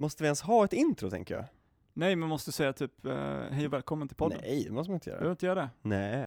Måste vi ens ha ett intro tänker jag? Nej, men måste säga typ eh, hej och välkommen till podden. Nej, det måste man inte Du göra. behöver inte göra det. Nej.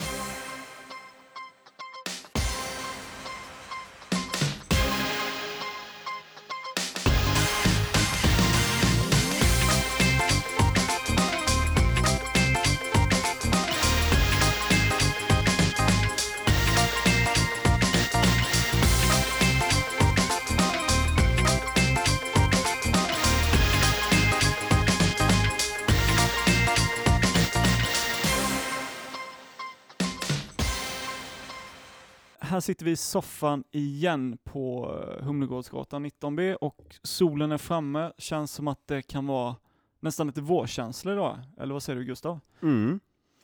Här sitter vi i soffan igen på eh, Humlegårdsgatan 19B och solen är framme. Känns som att det kan vara nästan lite vårkänsla idag. Eller vad säger du Gustav? Mm.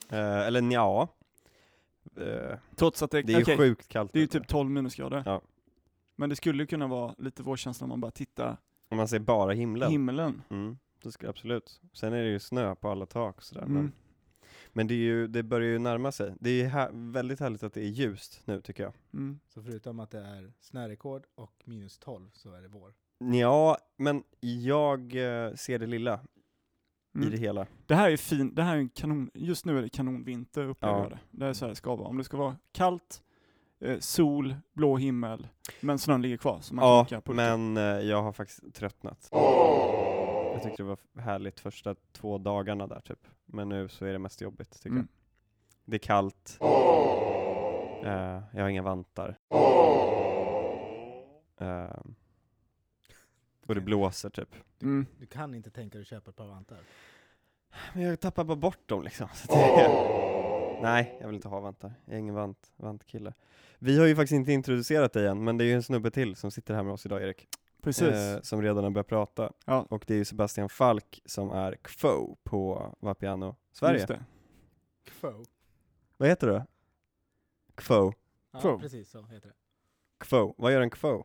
Eh, eller nja. Eh, Trots att det, det är ju okej, sjukt kallt. det är ju ute. typ 12 minusgrader. Ja. Men det skulle ju kunna vara lite vårkänsla om man bara tittar Om man ser bara i himlen. himlen. mm. Det ska, absolut. Sen är det ju snö på alla tak sådär. Mm. Men, men det, är ju, det börjar ju närma sig. Det är ju här, väldigt härligt att det är ljust nu tycker jag. Mm. Så förutom att det är snörekord och minus 12 så är det vår. Ja, men jag eh, ser det lilla i Mm. det hela. Det här är fin, det här är en kanon, just nu är det kanonvinter upplever Ja. jag det. Det är så här det ska vara. Om det ska vara kallt, eh, sol, blå himmel, men snön ligger kvar så man Ja, kan åka pulka. men eh, jag har faktiskt tröttnat. Jag tyckte det var f- härligt första två dagarna där typ. Men nu så är det mest jobbigt tycker jag. Mm. Det är kallt. Eh, jag har inga vantar. Eh, och det blåser typ. Mm. Du kan inte tänka dig att köpa ett par vantar. Men jag tappar bara bort dem liksom. Så att det är... Nej, jag vill inte ha vantar. Jag är ingen vant, vantkille. Vi har ju faktiskt inte introducerat dig än, men det är ju en snubbe till som sitter här med oss idag Erik. Precis. eh, som redan har börjat prata. Ja. Och det är ju Sebastian Falk som är KFO på Vapiano Sverige. Just det. Kvo. Vad heter du? KFO. Ja, Kvo. precis så heter det. KFO. Vad gör en KFO?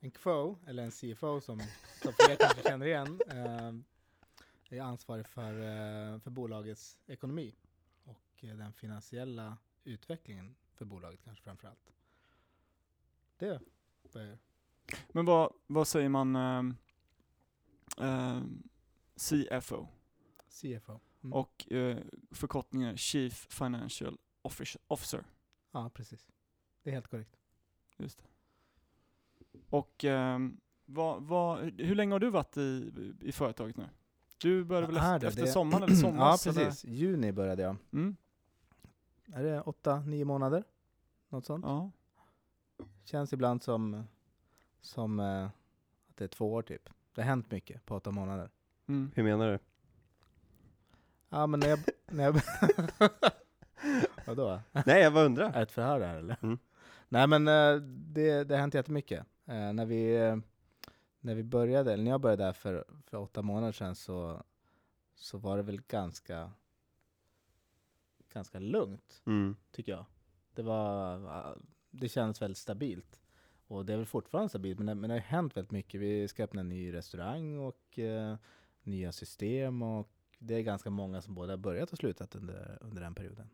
En Kvo, eller en CFO som, som fler kanske känner igen, ehm, är ansvarig för, eh, för bolagets ekonomi och eh, den finansiella utvecklingen för bolaget kanske framför allt. Det är vad jag gör. Men vad, vad säger man ehm, ehm, CFO CFO. Mm. och eh, förkortningen Chief Financial Offic- Officer. Ja, precis. Det är helt korrekt. Just det. Och ehm, vad, vad, hur länge har du varit i, i företaget nu? Du började väl Ja, är efter, det efter det? sommaren eller sommars? ja, eller? precis. Juni började jag. Mm. Är det åtta, nio månader? Något sånt? Ja. Känns ibland som, som eh, att det är två år typ. Det har hänt mycket på åtta månader. Mm. Hur menar du? Ja men när jag... när jag Vadå? Nej, jag bara undrar. Är det ett förhör det här eller? Mm. Nej men eh, det, det har hänt jättemycket. Eh, när, vi, eh, när vi började, eller när jag började där för, för åtta månader sedan så, så var det väl ganska, ganska lugnt. Mm. tycker jag. Det, var, eh, det kändes väldigt stabilt. Och det är väl fortfarande stabilt, men det, men det har hänt väldigt mycket. Vi ska öppna en ny restaurang och eh, nya system och det är ganska många som både har börjat och slutat under, under den perioden.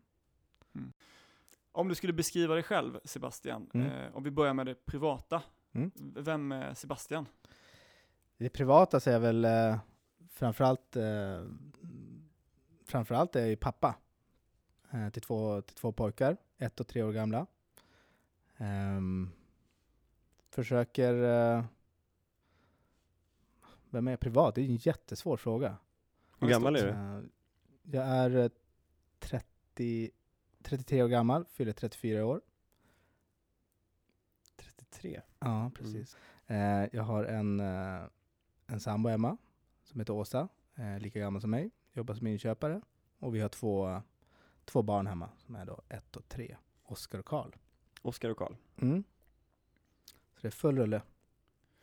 Om du skulle beskriva dig själv, Sebastian, Mm. eh, om vi börjar med det privata. Mm. V- Vem är Sebastian? I det privata så är jag väl eh, framförallt, eh, framförallt är jag ju pappa eh, till, två, till två pojkar, ett och tre år gamla. Ehm, försöker... Eh, vem är jag privat? Det är ju en jättesvår fråga. Hur gammal är du? Eh, jag är eh, 30, 33 år gammal, fyller 34 år. 33. Ja, precis. Eh, jag har en, eh, en sambo hemma som heter Åsa, eh, lika gammal som mig, jobbar som inköpare. Och vi har två, två barn hemma som är då ett och tre, Oskar och Karl. Mm. Oskar och Karl. Så det är full rulle.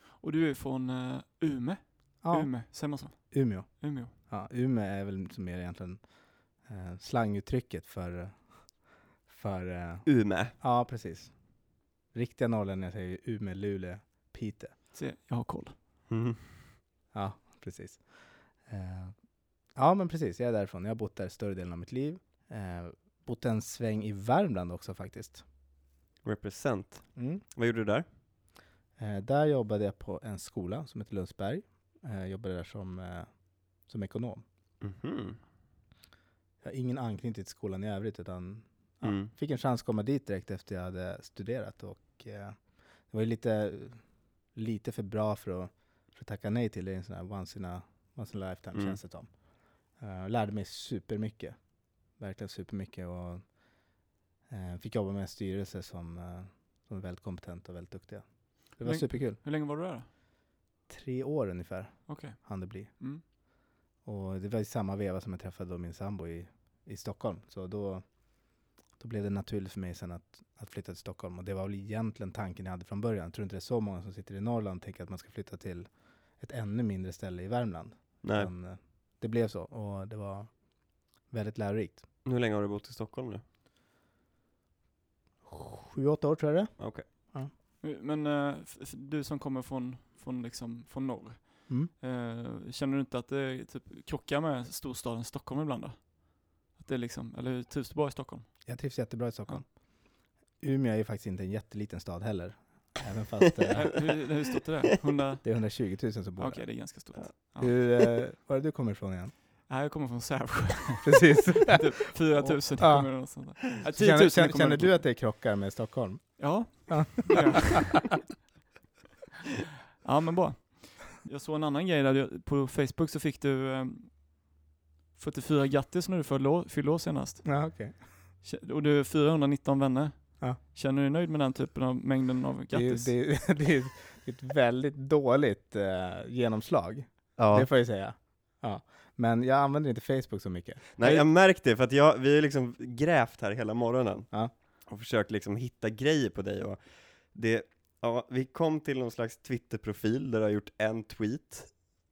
Och du är från eh, Ume. Ja, Ume, säger man så? Umeå. Umeå. Ja, Umeå är väl som mer egentligen eh, slanguttrycket för, för eh, Ume. ja precis. Riktiga norrlänningar säger ju Umeå, Luleå, Piteå. Se, jag har koll. Mm. Ja, precis. Eh, ja, men precis. Jag är därifrån. Jag har bott där större delen av mitt liv. Eh, bott en sväng i Värmland också faktiskt. Represent. Vad gjorde du där? Eh, där jobbade jag på en skola som heter Lundsberg. Eh, jobbade där som, eh, som ekonom. Mhm. Jag har ingen anknytning till skolan i övrigt, utan ja, Mm. fick en chans att komma dit direkt efter jag hade studerat. Och, eh, det var ju lite, lite för bra för att, för att tacka nej till det. En sån här once in a, once in a lifetime, Mm. känns det som. Eh, lärde mig supermycket. Verkligen supermycket. Och, eh, fick jobba med en styrelse som, eh, som är väldigt kompetent och väldigt duktiga. Det var Men- superkul. Hur länge var du där då? Tre år ungefär Okej. hann det bli. Mm. Och det var i samma veva som jag träffade då min sambo i, i Stockholm. Så då, då blev det naturligt för mig sen att, att flytta till Stockholm. Och det var väl egentligen tanken jag hade från början. Jag tror inte det är så många som sitter i Norrland och tänker att man ska flytta till ett ännu mindre ställe i Värmland. Nej. Men eh, det blev så och det var väldigt lärorikt. Hur länge har du bott i Stockholm nu? Sju, åtta år tror jag det Okej. Men eh, f- f- du som kommer från, från, liksom, från norr, är. mm. eh, känner du inte att det typ, krockar med storstaden Stockholm ibland då? Att det är liksom, eller hur trivs du bara i Stockholm? Jag trivs jättebra i Stockholm. Umeå är ju faktiskt inte en jätteliten stad heller. Även fast eh, Eh, hur, hur stort är det? 100? det är 120 000 som bor Okej, där. det är ganska stort. Ja. Ja. Hur, eh, var är du kommer ifrån igen? Nej, jag kommer från Sävsjö, Precis. typ 4000 Ja. kommer det något sånt där. Ja, 10 000 Känner, känner, kommer känner det. du att det krockar med Stockholm? Ja. Ja. det gör jag. ja men bra. Jag såg en annan grej där du, på Facebook så fick du ehm, 44 grattis när du fyllde år, fyllde år senast. Ja, okej. Kä- Och du är 419 vänner. Ja. Känner du dig nöjd med den typen av mängden av Det, är ju- grattis? det, är- det är ett väldigt dåligt eh, genomslag, Ja. det får jag säga. Ja. Men jag använder inte Facebook så mycket. Nej jag märkte det, för att jag, vi har ju liksom grävt här hela morgonen Ja. och försökt liksom hitta grejer på dig och det, ja, vi kom till någon slags Twitterprofil där du har gjort en tweet,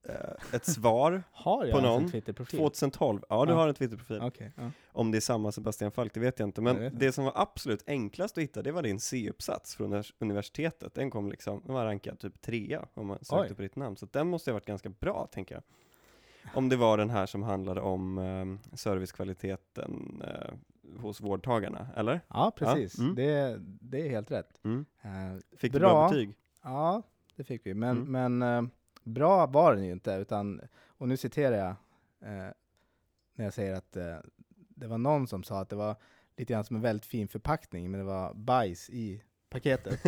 eh, ett svar, Har jag På ens en någon? Twitterprofil? 2012, ja du Ja. har en Twitterprofil. Okej. ja. Om det är samma Sebastian Falk, det vet jag inte, men Jag vet inte. det som var absolut enklast att hitta det var din C-uppsats från univers- universitetet, den kom liksom, den var rankad typ trea om man sökte Oj. på ditt namn, så den måste ha varit ganska bra tänker jag. Om det var den här som handlade om eh, servicekvaliteten eh, hos vårdtagarna, eller? Ja, precis. Ja, mm. Det, det är helt rätt. Mm. Eh, Fick du Bra. bra betyg? Ja, det fick vi. Men, Mm. men eh, bra var den ju inte, utan, och nu citerar jag eh, när jag säger att eh, det var någon som sa att det var lite grann som en väldigt fin förpackning, men det var bajs i paketet.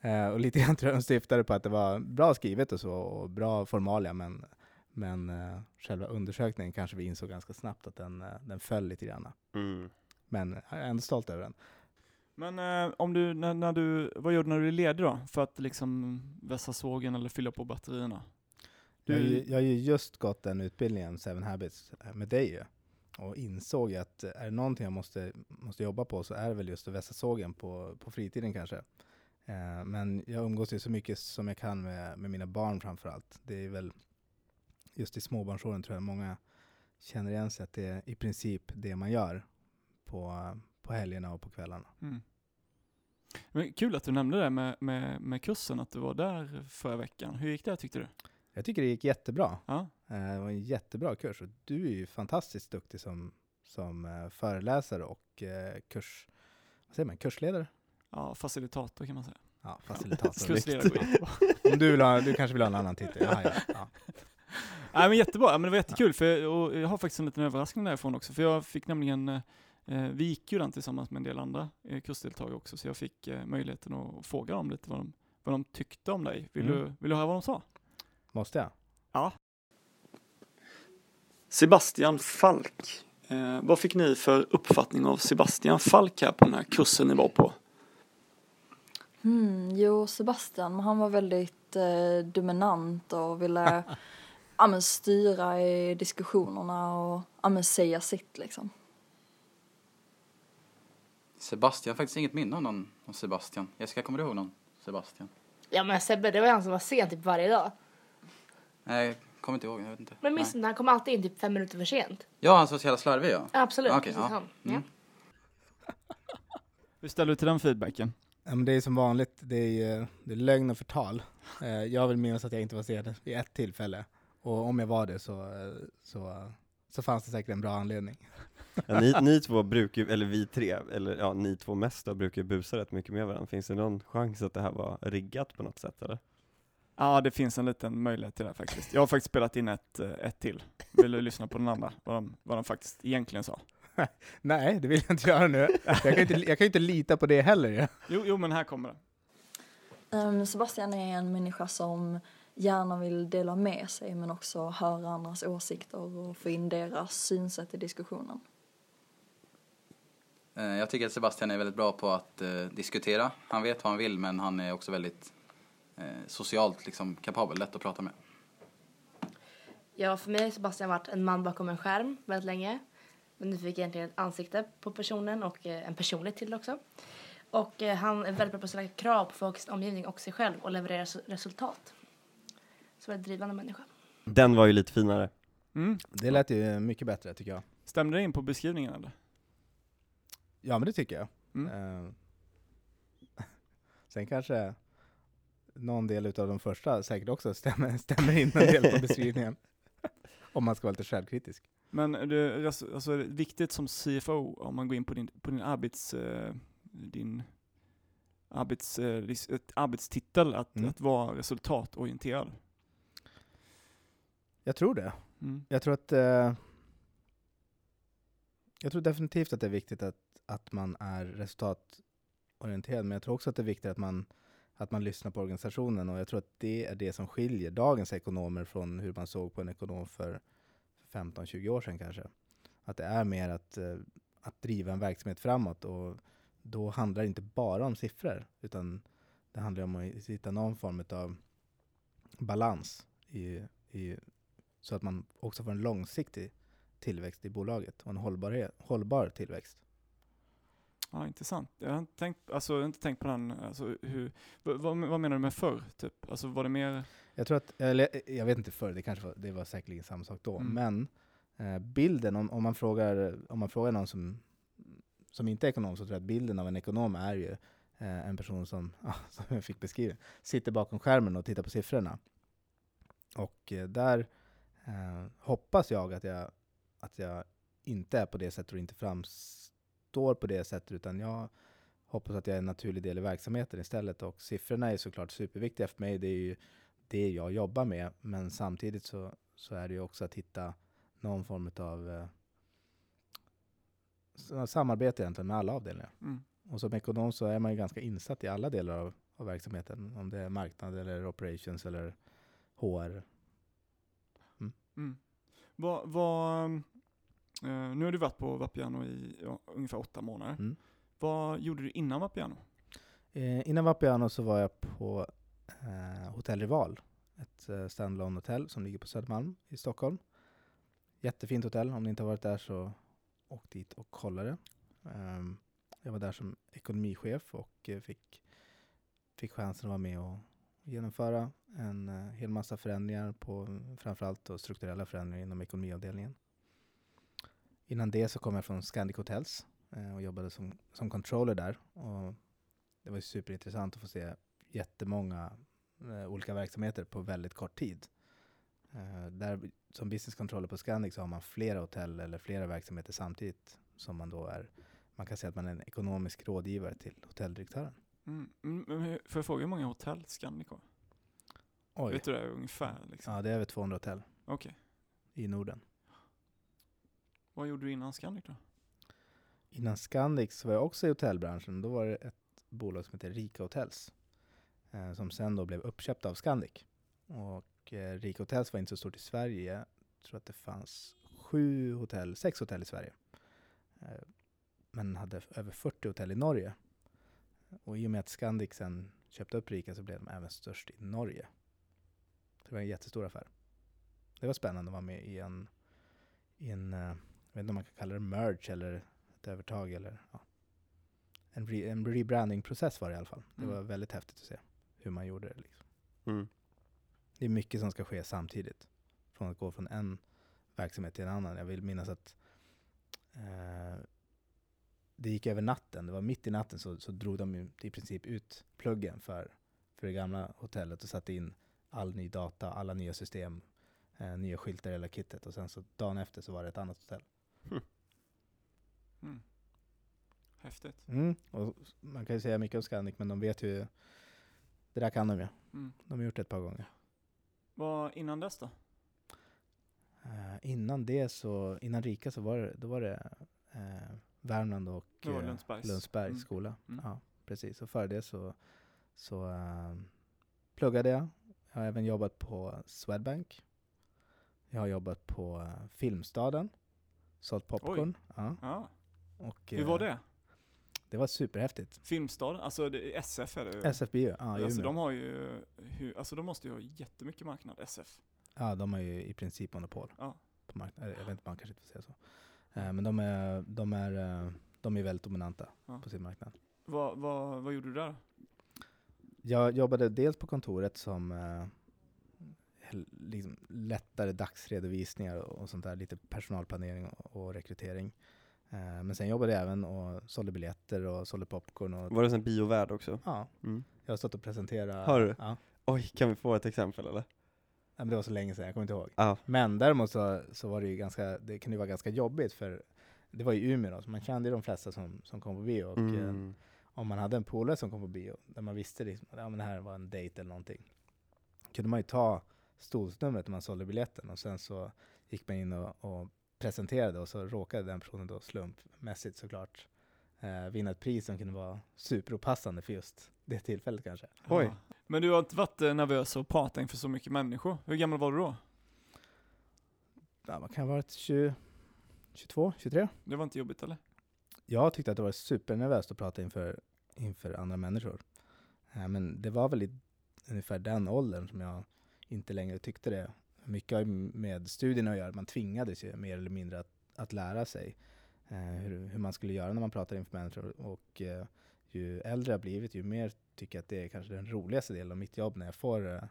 eh, och lite grann tror jag de syftade på att det var bra skrivet och så, och bra formalia, men, men eh, själva undersökningen kanske vi insåg ganska snabbt att den, eh, den föll lite grann. Mm. Men jag är ändå stolt över den. Men eh, om du, när, när du, vad gjorde du när du ledde då? För att liksom vässa sågen eller fylla på batterierna? Du- Jag, har ju- jag har ju just gått den utbildningen, Seven Habits, eh, med dig ju. Och insåg att eh, är det någonting jag måste, måste jobba på så är det väl just att vässa sågen på, på fritiden kanske. Eh, men jag umgås ju så mycket som jag kan med, med mina barn framför allt. Det är väl just i småbarnsåren tror jag många känner igen sig att det är i princip det man gör på, på helgerna och på kvällarna. Mm. Men kul att du nämnde det med, med, med kursen, att du var där förra veckan. Hur gick det tyckte du? Jag tycker det gick jättebra. Ja, Eh, Det var en jättebra kurs och du är ju fantastiskt duktig som, som eh, föreläsare och eh, kurs, vad säger man, kursledare? ja facilitator kan man säga. Ja, facilitator. liksom. Kursledare går jättebra. Om du, vill ha, du kanske vill ha en annan titel? Ja, ja, ja. Nej men jättebra, Ja, men det var jättekul för jag, och jag har faktiskt en liten överraskning därifrån också. För jag fick nämligen, eh, eh, vi gick ju den tillsammans med en del andra eh, kursdeltagare också, så jag fick eh, möjligheten att fråga dem lite vad de, vad de tyckte om dig. Vill, Mm. du, vill du höra vad de sa? Måste jag? Sebastian Falk. Eh, vad fick ni för uppfattning av Sebastian Falk här på den här kursen ni var på? Mm, jo, Sebastian, men han var väldigt eh, dominant och ville ja, men, styra i diskussionerna och ja, men, säga sitt liksom. Sebastian, jag har faktiskt inget minne om någon om Sebastian. Jessica, kommer du ihåg någon Sebastian? Ja men Sebbe, det var ju han som var sen typ varje dag. Nej, jag kommer inte ihåg. Jag vet inte. Men minns Nej. du inte, han kom alltid in typ fem minuter för sent. Ja, han som var så jävla slarvig ja. Absolut, Okej, precis ja. han. Ja. Mm. Hur ställer du till den feedbacken? Ja, men det är som vanligt, det är, ju- det är lögn och förtal. Eh, Jag vill minnas att jag inte var sen vid ett tillfälle. Och om jag var det så, eh, så, så fanns det säkert en bra anledning. Ja, ni, ni två brukar ju, eller vi tre, eller ja, ni två mest då, brukar ju busa rätt mycket med varandra. Finns det någon chans att det här var riggat på något sätt eller? Ja, det finns en liten möjlighet till det här faktiskt. Jag har faktiskt spelat in ett, eh, ett till. Vill du lyssna på den andra? Vad de, vad de faktiskt egentligen sa. Nej, det vill jag inte göra nu. Jag kan ju inte, jag kan ju inte lita på det heller ju. Jo, jo men här kommer det. Ehm, Sebastian är en människa som gärna vill dela med sig men också höra andras åsikter och få in deras synsätt i diskussionen. Eh, Jag tycker att Sebastian är väldigt bra på att eh, diskutera. Han vet vad han vill men han är också väldigt eh, socialt liksom, kapabel, lätt att prata med. Ja, för mig har Sebastian varit en man bakom en skärm väldigt länge. Men nu fick jag egentligen ett ansikte på personen och eh, en personlighet till också. Och eh, han är väldigt bra på att ställa krav på folks omgivning och sig själv och leverera res- resultat. Så väldigt drivande människa. Den var ju lite finare. Mm. Det lät ju mycket bättre tycker jag. Stämde det in på beskrivningen eller? Ja, men det tycker jag. Mm. Eh, Sen kanske någon del utav de första säkert också stämmer, stämmer in en del på beskrivningen. Om man ska vara lite självkritisk. Men det, alltså, alltså, är det viktigt som CFO om man går in på din, på din arbets... Eh, din arbets, eh, ris- ett arbetstitel, att, Mm. att vara resultatorienterad. Jag tror det. Mm. Jag tror att eh, jag tror definitivt att det är viktigt att, att man är resultatorienterad, men jag tror också att det är viktigt att man, att man lyssnar på organisationen och jag tror att det är det som skiljer dagens ekonomer från hur man såg på en ekonom för 15-20 år sedan kanske. Att det är mer att, eh, att driva en verksamhet framåt och då handlar det inte bara om siffror utan det handlar om att hitta någon form av balans i, i så att man också får en långsiktig tillväxt i bolaget och en hållbar, hållbar tillväxt. Ja, intressant. Jag har inte tänkt, alltså, jag har inte tänkt på den, alltså, hur, vad, vad vad menar du med förr? Typ? Alltså var det mer, Jag tror att, eller eh, jag vet inte förr, det kanske var, det var säkerligen samma sak då, Mm. men eh, bilden, om, om, man frågar, om man frågar någon som, som inte är ekonom så tror jag att bilden av en ekonom är ju eh, en person som, ja, som jag fick beskriven, sitter bakom skärmen och tittar på siffrorna. Och eh, där eh, hoppas jag att, jag att jag inte är på det sättet och inte framstår på det sättet, utan jag hoppas att jag är en naturlig del i verksamheten istället. Och siffrorna är såklart superviktiga för mig. Det är ju det jag jobbar med. Men samtidigt så, så är det ju också att hitta någon form av samarbete egentligen med alla avdelningar. mm. Och som ekonom så är man ju ganska insatt i alla delar av, av verksamheten. Om det är marknad eller operations eller HR. Mm. Vad, vad, eh, nu har du varit på Vapiano i ja, ungefär åtta månader. Mm. Vad gjorde du innan Vapiano? Eh, innan Vapiano så var jag på eh, Hotell Rival. Ett eh, standalone hotell som ligger på Södermalm i Stockholm. Jättefint hotell. Om ni inte har varit där så åk dit och kolla det. Ehm, jag var där som ekonomichef och eh, fick, fick chansen att vara med och genomföra en eh, hel massa förändringar på framförallt då strukturella förändringar inom ekonomiavdelningen. Innan det så kom jag från Scandic Hotels eh, och jobbade som, som controller där. Och det var ju superintressant att få se jättemånga eh, olika verksamheter på väldigt kort tid. Eh, där, som business controller på Scandic så har man flera hotell eller flera verksamheter samtidigt som man då är, man kan säga att man är en ekonomisk rådgivare till hotelldirektören. Mm. Mm, men hur- Får jag fråga hur många hotell Scandic har? Oj, Vet du det ungefär? Liksom? ja det är över 200 hotell Okej. i Norden. Vad gjorde du innan Scandic då? Innan Scandic så var jag också i hotellbranschen. Då var det ett bolag som heter Rika Hotels. Eh, som sen då blev uppköpt av Scandic. Och eh, Rika Hotels var inte så stort i Sverige. Jag tror att det fanns sju hotell, sex hotell i Sverige. Eh, men hade f- över 40 hotell i Norge. Och i och med att Scandic sen köpte upp Rika så blev de även störst i Norge. Så det var en jättestor affär. Det var spännande att vara med i en, i en eh, jag vet inte om man kan kalla det merge eller ett övertag eller ja. En, re, en rebranding-process var det i alla fall. Det Mm. var väldigt häftigt att se hur man gjorde det. Liksom. Mm. Det är mycket som ska ske samtidigt. Från att gå från en verksamhet till en annan. Jag vill minnas att eh, det gick över natten. Det var mitt i natten så, så drog de ju i princip ut pluggen för, för det gamla hotellet och satte in all ny data, alla nya system, eh, nya skyltar i hela kittet. Och sen så dagen efter så var det ett annat hotell. Mm. Häftigt. Mm. Och man kan ju säga mycket om Scandic, men de vet ju Det där kan de ju. Mm. De har gjort det ett par gånger. Vad innan dess då? Eh, innan det så, innan Rika så var det, då var det eh, Värmland och Det var eh, Lundsbergs. Lundsbergs Mm. skola. Mm. Ja, precis. Och före det så, så eh, pluggade jag. Jag har även jobbat på Swedbank. Jag har jobbat på eh, Filmstaden. Sålt popcorn. Ja, Ja. och, Hur eh, var det? Det var superhäftigt. Filmstaden? Alltså det, SF är det ju. SFBU, ja, i alltså, Umeå. de har ju, hur, alltså de måste ju ha jättemycket marknad, SF. Ja, de har ju i princip monopol Ja. på marknaden. Jag vet inte, man kanske inte får säga så. Eh, Men de är, de är, eh, de är väldigt dominanta Ja. på sin marknad. Vad, vad, vad gjorde du där? Jag jobbade dels på kontoret som eh, hel- liksom lättare dagsredovisningar och sånt där, lite personalplanering och, och rekrytering. Eh, men sen jobbade jag även och sålde biljetter och sålde popcorn och Var det sen biovärd också? ja, Mm. jag har stått och presenterat. Har du? Ja. Oj, kan vi få ett exempel eller? Nej, men det var så länge sedan, jag kommer inte ihåg. Ja. Men däremot så, så var det ju ganska, det kan ju vara ganska jobbigt för det var ju Umeå då, så man kände ju de flesta som, som kom på bio och eh, Mm. om man hade en polare som kom på bio, där man visste liksom, att ja, men det här var en dejt eller någonting, kunde man ju ta stolsnumret när man sålde biljetten och sen så gick man in och, och presenterade och så råkade den personen då slumpmässigt såklart eh, vinna ett pris som kunde vara superopassande för just det tillfället kanske. Oj. Ja. Men du har inte varit eh, nervös och pratat inför så mycket människor. Hur gammal var du då? Ja, man kan ha varit 20, 22, 23? Det var inte jobbigt eller? Jag tyckte att det var supernervöst att prata inför, inför andra människor. Eh, Men det var väl i ungefär den åldern som jag inte längre tyckte det. Mycket har ju med studierna att göra, man tvingades ju mer eller mindre att, att lära sig eh, hur, hur man skulle göra när man pratar inför människor. Och eh, ju äldre jag blivit, ju mer tycker jag att det är kanske den roligaste delen av mitt jobb när jag får, eh,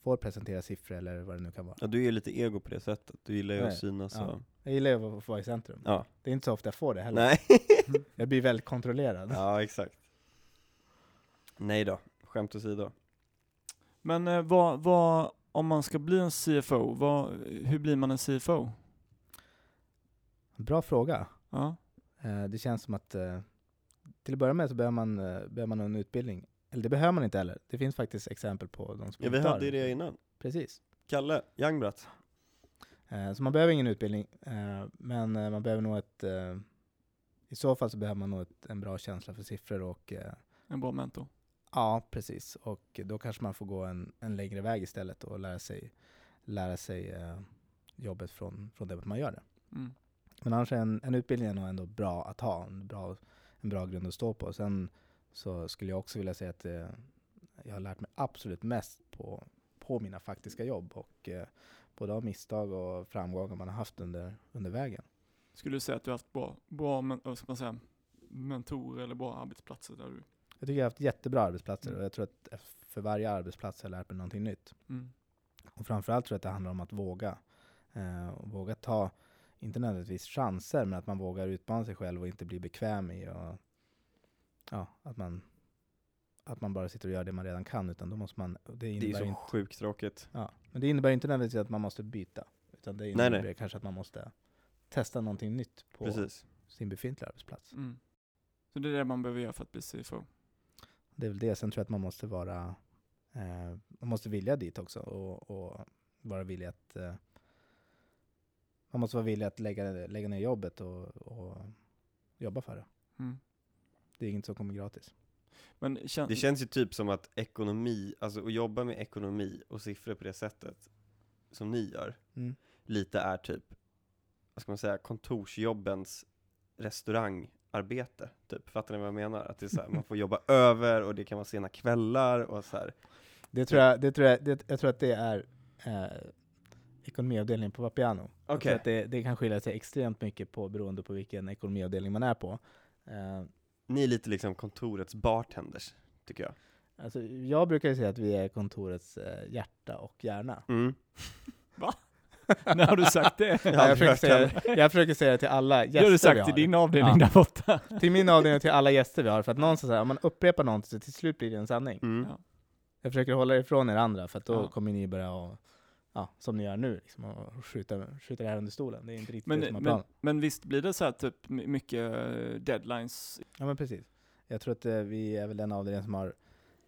får presentera siffror eller vad det nu kan vara. Ja, du är ju lite ego på det sättet, du gillar ju att Nej. synas Ja. och... Jag gillar ju att få vara i centrum. Ja. Det är inte så ofta jag får det heller. Nej. Jag blir väldigt kontrollerad. ja, exakt. Nej då, skämt åsido. Men eh, vad, vad, om man ska bli en CFO, vad, hur blir man en CFO? Bra fråga. Ja. Eh, Det känns som att eh, till att börja med så behöver man, eh, behöver man en utbildning. Eller det behöver man inte heller. Det finns faktiskt exempel på de som Ja, vi inte har hade ju det innan. Precis. Kalle, Youngbrats. Eh, Så man behöver ingen utbildning, eh, men eh, man behöver nog ett... eh, I så fall så behöver man nog ett, en bra känsla för siffror och... eh, En bra mentor. Ja, precis. Och då kanske man får gå en, en längre väg istället och lära sig, lära sig eh, jobbet från, från det att man gör det. Mm. Men annars är en, en utbildning är nog ändå bra att ha, en bra, en bra grund att stå på. Sen så skulle jag också vilja säga att eh, jag har lärt mig absolut mest på, på mina faktiska jobb och eh, både av misstag och framgångar man har haft under, under vägen. Skulle du säga att du har haft bra, bra men, vad ska man säga, mentorer eller bra arbetsplatser där du... Jag tycker jag har haft jättebra arbetsplatser Mm. och jag tror att för varje arbetsplats har jag lärt mig någonting nytt. Mm. Och framförallt tror jag att det handlar om att våga. Eh, och våga ta, inte nödvändigtvis chanser, men att man vågar utmana sig själv och inte bli bekväm i och, ja, att, man, att man bara sitter och gör det man redan kan. Utan då måste man, och det, Det är ju innebär så inte, sjukt tråkigt. ja, men det innebär inte nödvändigtvis att man måste byta. Utan det innebär nej. kanske att man måste testa någonting nytt på Precis. sin befintliga arbetsplats. Mm. Så det är det man behöver göra för att bli CFO. Det är väl det. Sen tror jag att man måste vara, eh, man måste vilja dit också och, och vara villig att, eh, man måste vara villig att lägga, lägga ner jobbet och, och jobba för det. Mm. Det är inget som kommer gratis. Men kän- Det känns ju typ som att ekonomi, alltså att jobba med ekonomi och siffror på det sättet som ni gör, Mm. lite är typ, vad ska man säga, kontorsjobbens restaurangarbete, typ. Fattar ni vad jag menar? Att det är så här, man får jobba över och det kan vara sena kvällar och så här. Det tror jag, det tror jag, det, jag tror att det är eh, ekonomiavdelningen på Vapiano. Jag tror Okej. att det, det kan skilja sig extremt mycket på, beroende på vilken ekonomiavdelning man är på. Eh, Ni är lite liksom kontorets bartenders, tycker jag. alltså, jag brukar ju säga att vi är kontorets eh, hjärta och hjärna. Mm. När har du sagt det? Jag Ja, har jag, försöker aldrig hört säga, jag försöker säga det till alla Det har gäster du vi sagt har. till din avdelning Ja. där borta. till min avdelning och till alla gäster vi har. För att någonstans så här, om man upprepar någonting så till slut blir det en sanning. Mm. Ja. Jag försöker hålla er ifrån er andra för att då Ja. kommer ni börja och, ja, som ni gör nu, liksom, och skjuta, skjuta det här under stolen. Det är inte riktigt det som Men, är men, planen. men visst blir det så här typ my- mycket eh, deadlines? Ja men precis. Jag tror att eh, vi är väl den avdelningen som har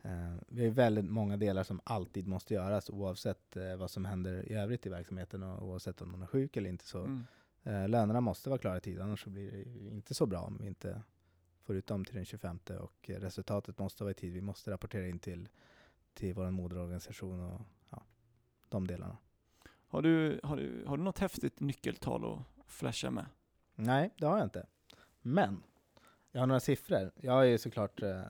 Eh, Vi har väldigt många delar som alltid måste göras oavsett eh, vad som händer i övrigt i verksamheten och oavsett om någon är sjuk eller inte. Så Mm. Eh, Lönerna måste vara klara i tid, annars så blir det ju inte så bra om vi inte får ut dem till den 25 och eh, resultatet måste vara i tid. Vi måste rapportera in till, till vår moderorganisation och ja, de delarna. Har, du, har, du, har du något häftigt nyckeltal att flasha med? Nej, det har jag inte. Men jag har några siffror. Jag är ju såklart... eh,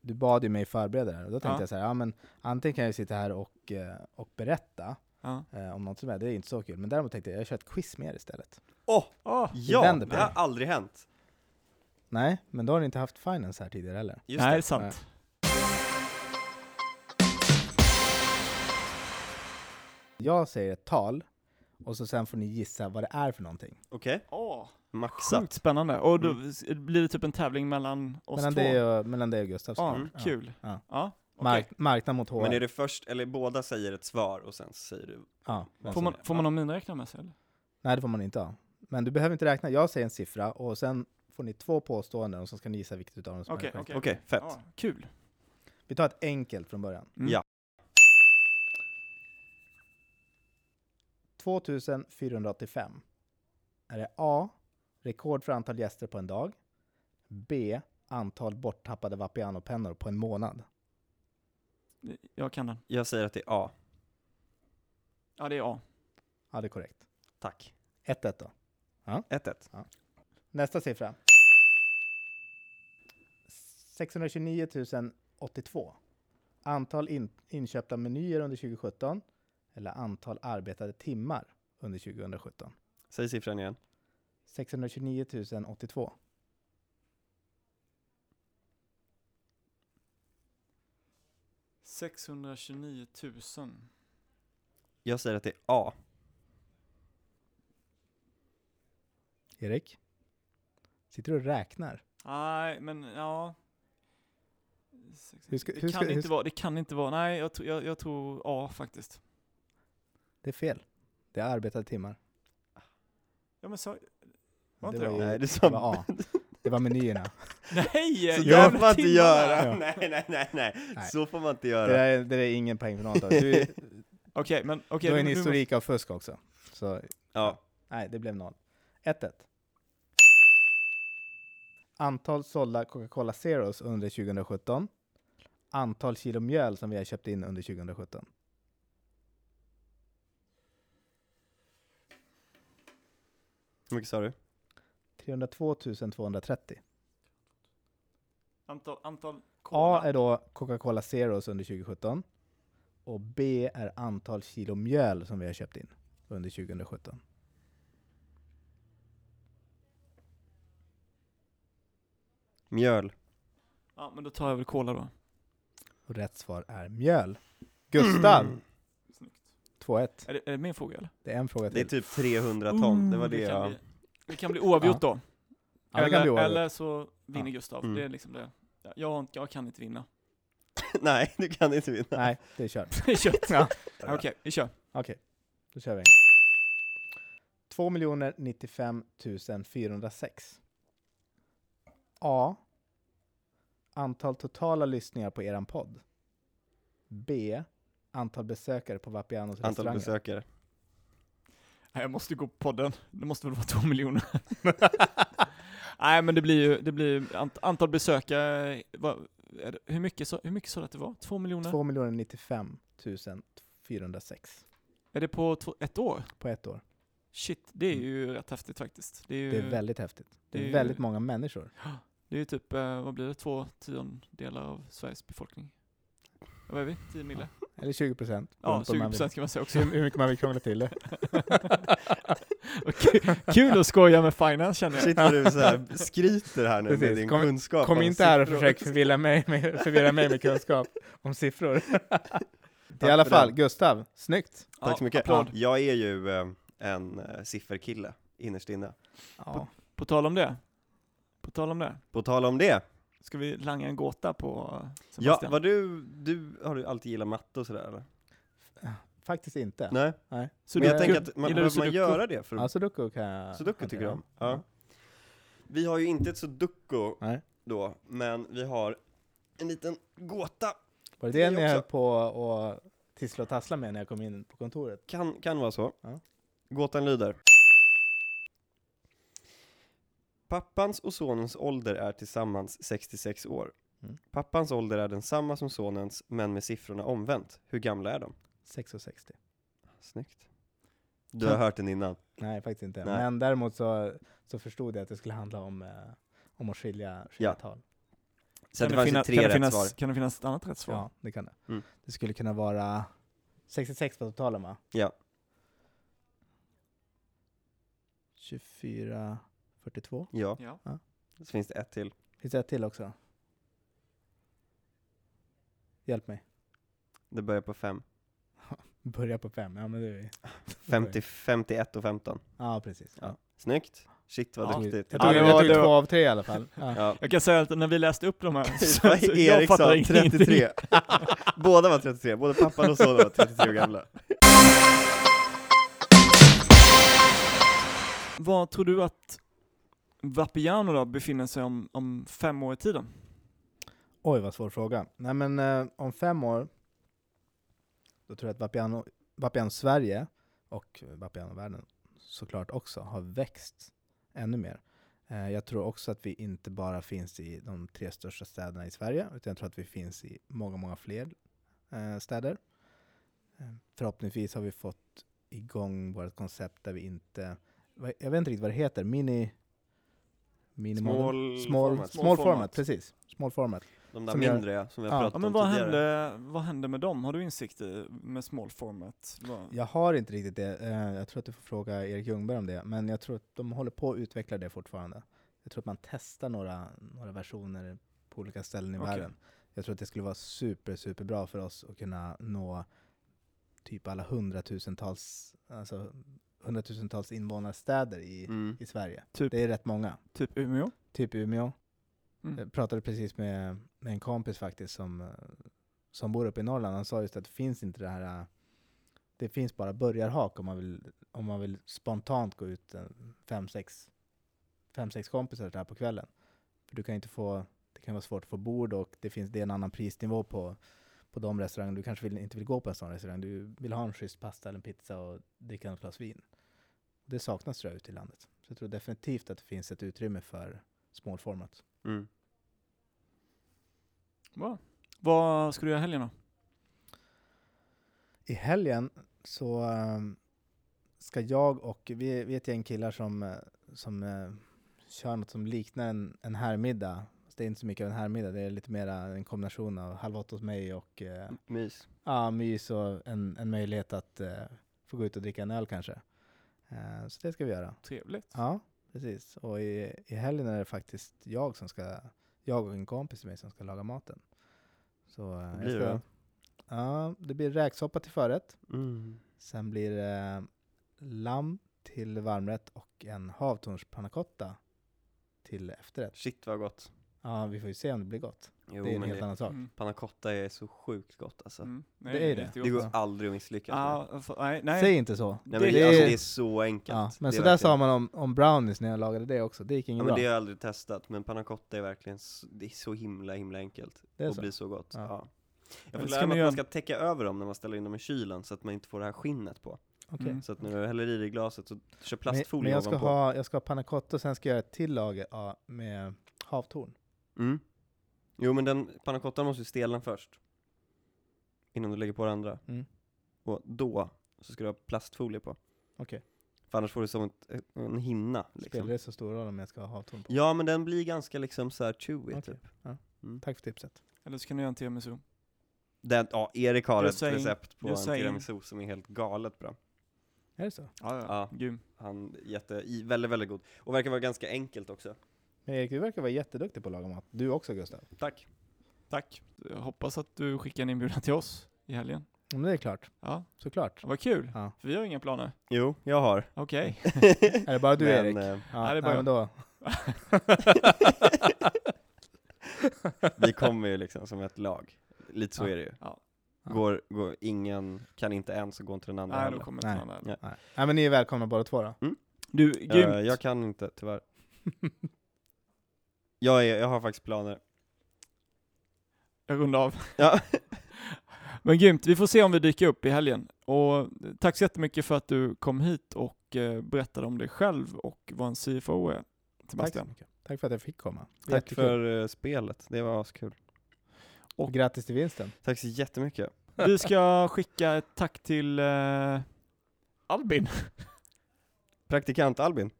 Du bad ju mig förbereda det här och då tänkte Ja. jag så här, ja, men antingen kan jag ju sitta här och, eh, och berätta Ja. eh, om något som är, det är inte så kul. Men däremot tänkte jag, jag kör ett quiz med er istället. Åh! Åh, ja! vänder Det på har det. aldrig hänt. Nej, men då har ni inte haft finance här tidigare heller. Just Nej, det är det. sant. Jag säger ett tal, och så sen får ni gissa vad det är för någonting. Okej, Åh, maxat. sjukt spännande. Och då s- blir det typ en tävling mellan oss Mm. Mellan två? dig, och, mellan dig och Gustav Ja, såklart. Ja. kul. Ja. Ja, okej. Mark, Marknad mot HR. Men är det först, eller båda säger ett svar och sen säger du... Alltså, ja, Får vem som- man, får man ha miniräknare med sig eller? Nej, det får man inte ha. Men du behöver inte räkna. Jag säger en siffra och sen får ni två påståenden och så ska ni gissa vilket utav dem som Okej, är korrekt. Okej, fett. Ja, kul. Vi tar ett enkelt från början. Mm. Ja. 2485. Är det A. Rekord för antal gäster på en dag. B. Antal borttappade Vapiano-pennor på en månad. Jag kan den. Jag säger att det är A. Ja, det är A. Ja, det är korrekt. Tack. 1-1 då. 1-1. Nästa siffra. 629 082. Antal in, inköpta menyer under 2017 eller antal arbetade timmar under 2017? Säg siffran igen. 629 082. sex 629 000. Jag säger att det är A. Erik? Sitter du och räknar? Nej, men ja. Sex- Hur ska- det, hur kan ska- hur inte ska- vara, det kan inte vara. Nej, jag, tror- jag, jag tror A faktiskt. Det är fel. Det är arbetade timmar. Ja, men så, var inte det det, var A? ju- Nej, det Det sa var A. Det var menyerna. Nej! Så jävla där får man inte timmarna. göra! Ja. Nej, nej, nej, nej, Nej. så får man inte Det göra. där, är- det där är ingen poäng för någon av er. Du, Okej, men okej. du har en nu- nu- historik av fusk också. Så Ja, Nej, det blev noll. 1-1. Antal sålda Coca-Cola Zeros under 2017. Antal kilo mjöl som vi har köpt in under 2017. hur mycket sa du? 302 230. Antal, antal cola. A är då Coca-Cola Zeros under 2017. Och B är antal kilo mjöl som vi har köpt in under 2017. Mjöl. Ja, men då tar jag väl cola då. Och rätt svar är mjöl. Mm. Gustav! Snyggt. 2-1. Är det, är det min fråga eller? Det är en fråga Det är till. typ 300 ton, det var Mm, det kan jag... bli, det kan bli oavgjort då. Ja, det kan eller, bli oavgjort. eller så vinner Ja. Gustav. Mm. Det är liksom det. Ja, Jag, har inte- jag kan inte vinna. Nej, du kan inte vinna. Nej, det är kört. Vi kör. Ja. Okej, vi kör. Okej, då kör vi. 2 095 406. A. Antal totala lyssningar på eran podd. B. Antal besökare på Vapianos Antal restauranger. besökare. Nej, jag måste gå på podden. Det måste väl vara två miljoner. Nej, men det blir ju, det blir ju ant, antal besökare. Vad, är det, hur mycket sa- hur mycket sa du att det var? Två miljoner? 2 095 406 Är det på två, ett år? på ett år. Shit, det är Mm. ju rätt häftigt faktiskt. Det är ju, Det är väldigt häftigt. Det det är är- väldigt många människor. det är ju typ, eh, vad blir det, två tiondelar av Sveriges befolkning? Vad är vi? Tio mille? Eller 20 procent. Ja, 20 procent kan man säga också. Hur hur mycket man vill krångla till det. Och kul- Kul att skoja med finance känner jag. Shit vad du så här skryter här nu med Precis. din Kom- kunskap alltså. Kom om inte här och siffror. försök förvirra mig med, förvirra mig med kunskap om siffror. I alla för fall, den. Gustav, snyggt! Tack så mycket. Applåd. Jag är ju eh, en eh, sifferkille innerst inne. Ja. På tal om det. På tal om det. På tal om det. Ska vi langa en gåta på eh, Ja, Sebastian? var du, du, har du alltid gillat matte och sådär eller? Faktiskt inte. Nej, Så men jag du- tänker att man gillar behöver du man sudoku? Alltså, göra det för Ja, att sudoku kan jag... sudoku hantera. tycker du om? Ja. Vi har ju inte ett sudoku Nej. då, men vi har en liten gåta. Var det Det är det ni också- höll på att tissla och tassla med när jag kom in på kontoret? Kan, kan vara så. Ja. Gåtan lyder. Pappans och sonens ålder är tillsammans 66 år. Mm. Pappans ålder är densamma som sonens, men med siffrorna omvänt. Hur gamla är de? 6,60. Snyggt. Du har Kan- hört den innan. Nej, faktiskt inte. Nej. Men däremot så, så förstod jag att det skulle handla om, eh, om att skilja, skilja Ja. tal. Så det det fanns ju finna- tre kan, det rätt finnas, svar. kan det finnas ett annat rätt svar? Ja, det kan det. Mm. Det skulle kunna vara 66 på totalen va? Ja. 24, 42. Ja, Ja. så finns det ett till. Finns det ett till också? Hjälp mig. Det börjar på fem. Börja på fem. Ja, men det är vi. 50, 51 och 15. Ja, precis. Ja. Snyggt. Shit vad Ja, duktigt. Jag Ja, tog, det jag var- tog det två var- av tre i alla fall. Ja. Ja. Jag kan säga att när vi läste upp de här så, så jag Eriksson, fattade ingenting. 33. Båda var 33, både pappan och sonen var 33 år gamla. Vad tror du att Vapiano då befinner sig om, om fem år i tiden? Oj, vad svår fråga. Nej, men eh, om fem år, då tror jag att Vapiano, Vapiano Sverige och Vapiano-världen såklart också har växt ännu mer. Eh, jag tror också att vi inte bara finns i de tre största städerna i Sverige, utan jag tror att vi finns i många, många fler eh, städer. Eh, förhoppningsvis har vi fått igång vårt koncept där vi inte, vad- jag vet inte riktigt vad det heter, mini... minimodel? Small small, format. small Small format, format. precis. Small format. De där Som jag- mindre ja, som vi har Ja. pratat Ja, men om vad tidigare. hände, vad hände med dem? Har du insikt i, med small format? Vad- Jag har inte riktigt det. Eh, Jag tror att du får fråga Erik Ljungberg om det. Men jag tror att de håller på att utveckla det fortfarande. Jag tror att man testar några, några versioner på olika ställen i Okej. världen. Jag tror att det skulle vara super, superbra för oss att kunna nå typ alla hundratusentals, alltså hundratusentals invånarstäder i, Mm. i Sverige. Typ. Det är rätt många. Typ Umeå? Typ Umeå. Mm. Jag pratade precis med, med en kompis faktiskt som, eh, som bor uppe i Norrland. Han sa just att det finns inte det här, eh, det finns bara börjarhak om man vill, om man vill spontant gå ut eh, fem, sex, fem, sex kompisar där på kvällen. För du kan inte få, det kan vara svårt att få bord och det finns, det är en annan prisnivå på, på de restaurangerna. Du kanske vill, inte vill gå på en sån restaurang. Du vill ha en schysst pasta eller en pizza och dricka något glas vin. Det saknas tror jag ute i landet. Så jag tror definitivt att det finns ett utrymme för small format. Mm. Bra. Vad ska du göra i helgen då? I helgen så ehm, ska jag och, vi, vi är ett gäng killar som, eh, som eh, kör något som liknar en, en härmiddag. Fast Det är inte så mycket av en härmiddag, det är lite mer en kombination av Halv åtta hos mig och eh, mm. Mys. ja, mys och en, en möjlighet att eh, få gå ut och dricka en öl kanske. Eh, så det ska vi göra. Trevligt. Ja, precis. Och i, i helgen är det faktiskt jag som ska, jag och en kompis till mig som ska laga maten. Så eh, jag blir ska, det då? Ja, det blir räksoppa till förrätt. Mm. Sen blir det lamm till varmrätt och en havtornspannacotta till efterrätt. Shit vad gott. Ja, vi får ju se om det blir gott. Jo, det är en men helt det, annan sak. Mm. panna cotta är så sjukt gott alltså. Mm. Nej, Det är det. jättegott. Det går Ja. aldrig att misslyckas med. Ja, för, nej, nej. Säg inte så. Nej, men det, det är- alltså, det är så enkelt. ja, men Det är så där sa verkligen- man om, om brownies när jag lagade det också. Det gick Ja, inget men bra. det har Det, jag aldrig testat, men panna cotta är verkligen så, det är så himla himla enkelt. är och så. blir så gott. Ja. Ja. Men Jag får ska lära man mig att göra- man ska täcka över dem när man ställer in dem i kylen så att man inte får det här skinnet på. Okej. Mm. Så att när du häller i det i glaset så kör Men, men plastfolie jag ska ovanpå. ha, jag ska ha pannacotta och sen ska jag göra ett till lager ja, med havtorn. Mm. Jo men den pannacottan måste ju stelna först. Innan du lägger på det andra. Mm. Och då så ska du ha plastfolie på. Okej. För annars får du som ett, ett- en hinna. Spelar Liksom. det så stor roll om jag ska ha havtorn på? Ja men den blir ganska liksom så här chewy Okej. typ. Tack för tipset. Eller så kan du göra en tiramisu. Den, ja, Erik har You're ett saying- recept på you're en saying- tiramisu som är helt galet bra. Är det så? Ja, Ja. Grym. Han är jätte, i- väldigt väldigt god. Och verkar vara ganska enkelt också. Men Erik, du verkar vara jätteduktig på att laga mat. Du också Gustav. Tack. Tack. Jag hoppas att du skickar en inbjudan till oss i helgen. Ja, Men det är klart, Ja, såklart. vad kul. Ja. För vi har inga planer. Jo, jag har. Okej. Är det bara du Men, Erik? eh, Ja, är det nej, bara men då. vi kommer ju liksom som ett lag. Lite så Ja. är det ju. Ja. Ja. Går, går, ingen kan inte en så går inte den andra Nej, då heller. kommer Nej. inte någon där. Ja. Nej. nej, men ni är välkomna båda två då. Du, Eh, grymt. jag kan inte, tyvärr. jag, är, jag har faktiskt planer. jag runda av. Ja. Men grymt, vi får se om vi dyker upp i helgen. Och eh, tack så jättemycket för att du kom hit och eh, berättade om dig själv och vad en CFO är, Tack så Sebastian. mycket. Tack för att jag fick komma. Det är Tack jättekul. för eh, spelet, det var askul. Och grattis till vinsten. Tack så jättemycket. Vi ska skicka ett tack till eh, Albin. Praktikant Albin,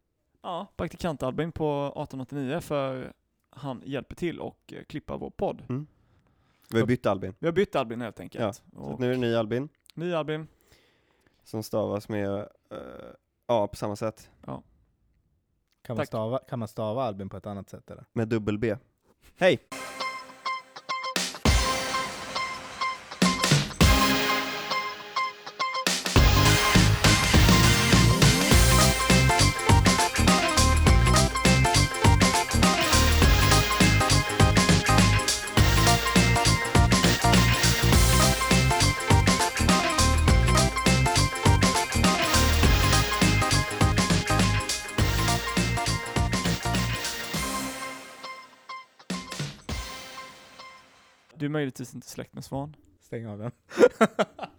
Ja, praktikant Albin på 1889 för han hjälper till och eh, klippa vår podd. vi har bytt Albin. Vi har bytt Albin helt enkelt. Så Och att nu är det ny Albin, Ny Albin. som stavas med eh, A på samma sätt, Kan man, Tack. stava, kan man stava Albin på ett annat sätt eller? med dubbel B. Hej! Du är möjligtvis inte släkt med Svan. Stäng av den.